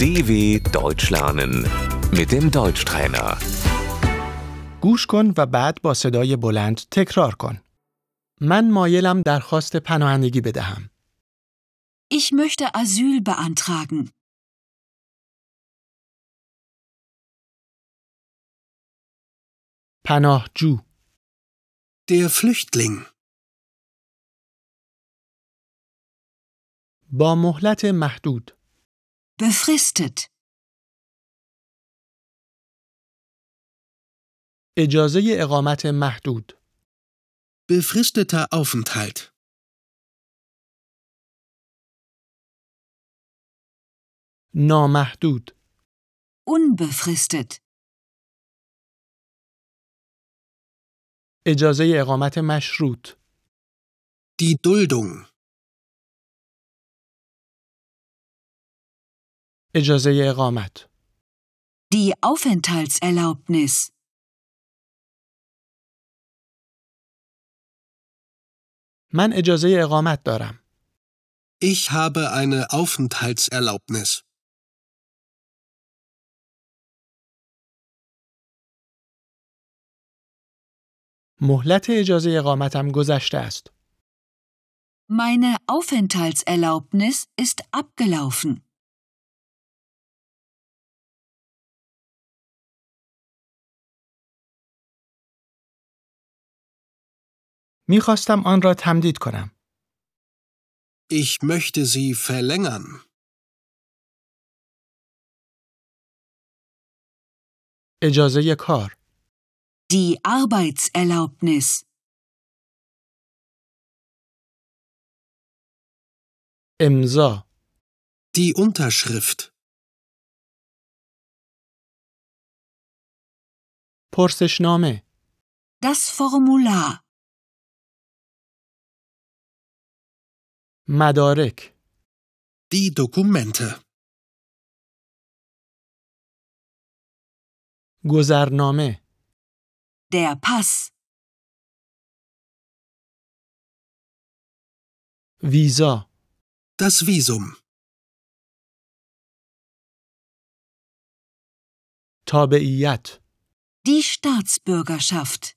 DW Deutsch lernen mit dem Deutschtrainer. گوش کن و بعد با صدای بلند تکرار کن. من مایلم درخواست پناهندگی بدهم. Ich möchte Asyl beantragen. پناهجو، Der Flüchtling. با مهلت محدود، Befristet. اجازه اقامت محدود، Befristeter Aufenthalt. نامحدود، Unbefristet. اجازه اقامت مشروط، Die Duldung. اجازه اقامت، Die Aufenthaltserlaubnis. من اجازه اقامت دارم. Ich habe eine Aufenthaltserlaubnis. مهلت اجازه اقامتم گذشته است. Meine Aufenthaltserlaubnis ist abgelaufen. میخواستم آن را تمدید کنم. Ich möchte sie verlängern. اجازه کار، Die Arbeitserlaubnis. امضا، Die Unterschrift. پرسشنامه، Das Formular. مدارک، Die Dokumente. گذرنامه، Der Pass. ویزا، Das Visum. تابعیت، Die Staatsbürgerschaft.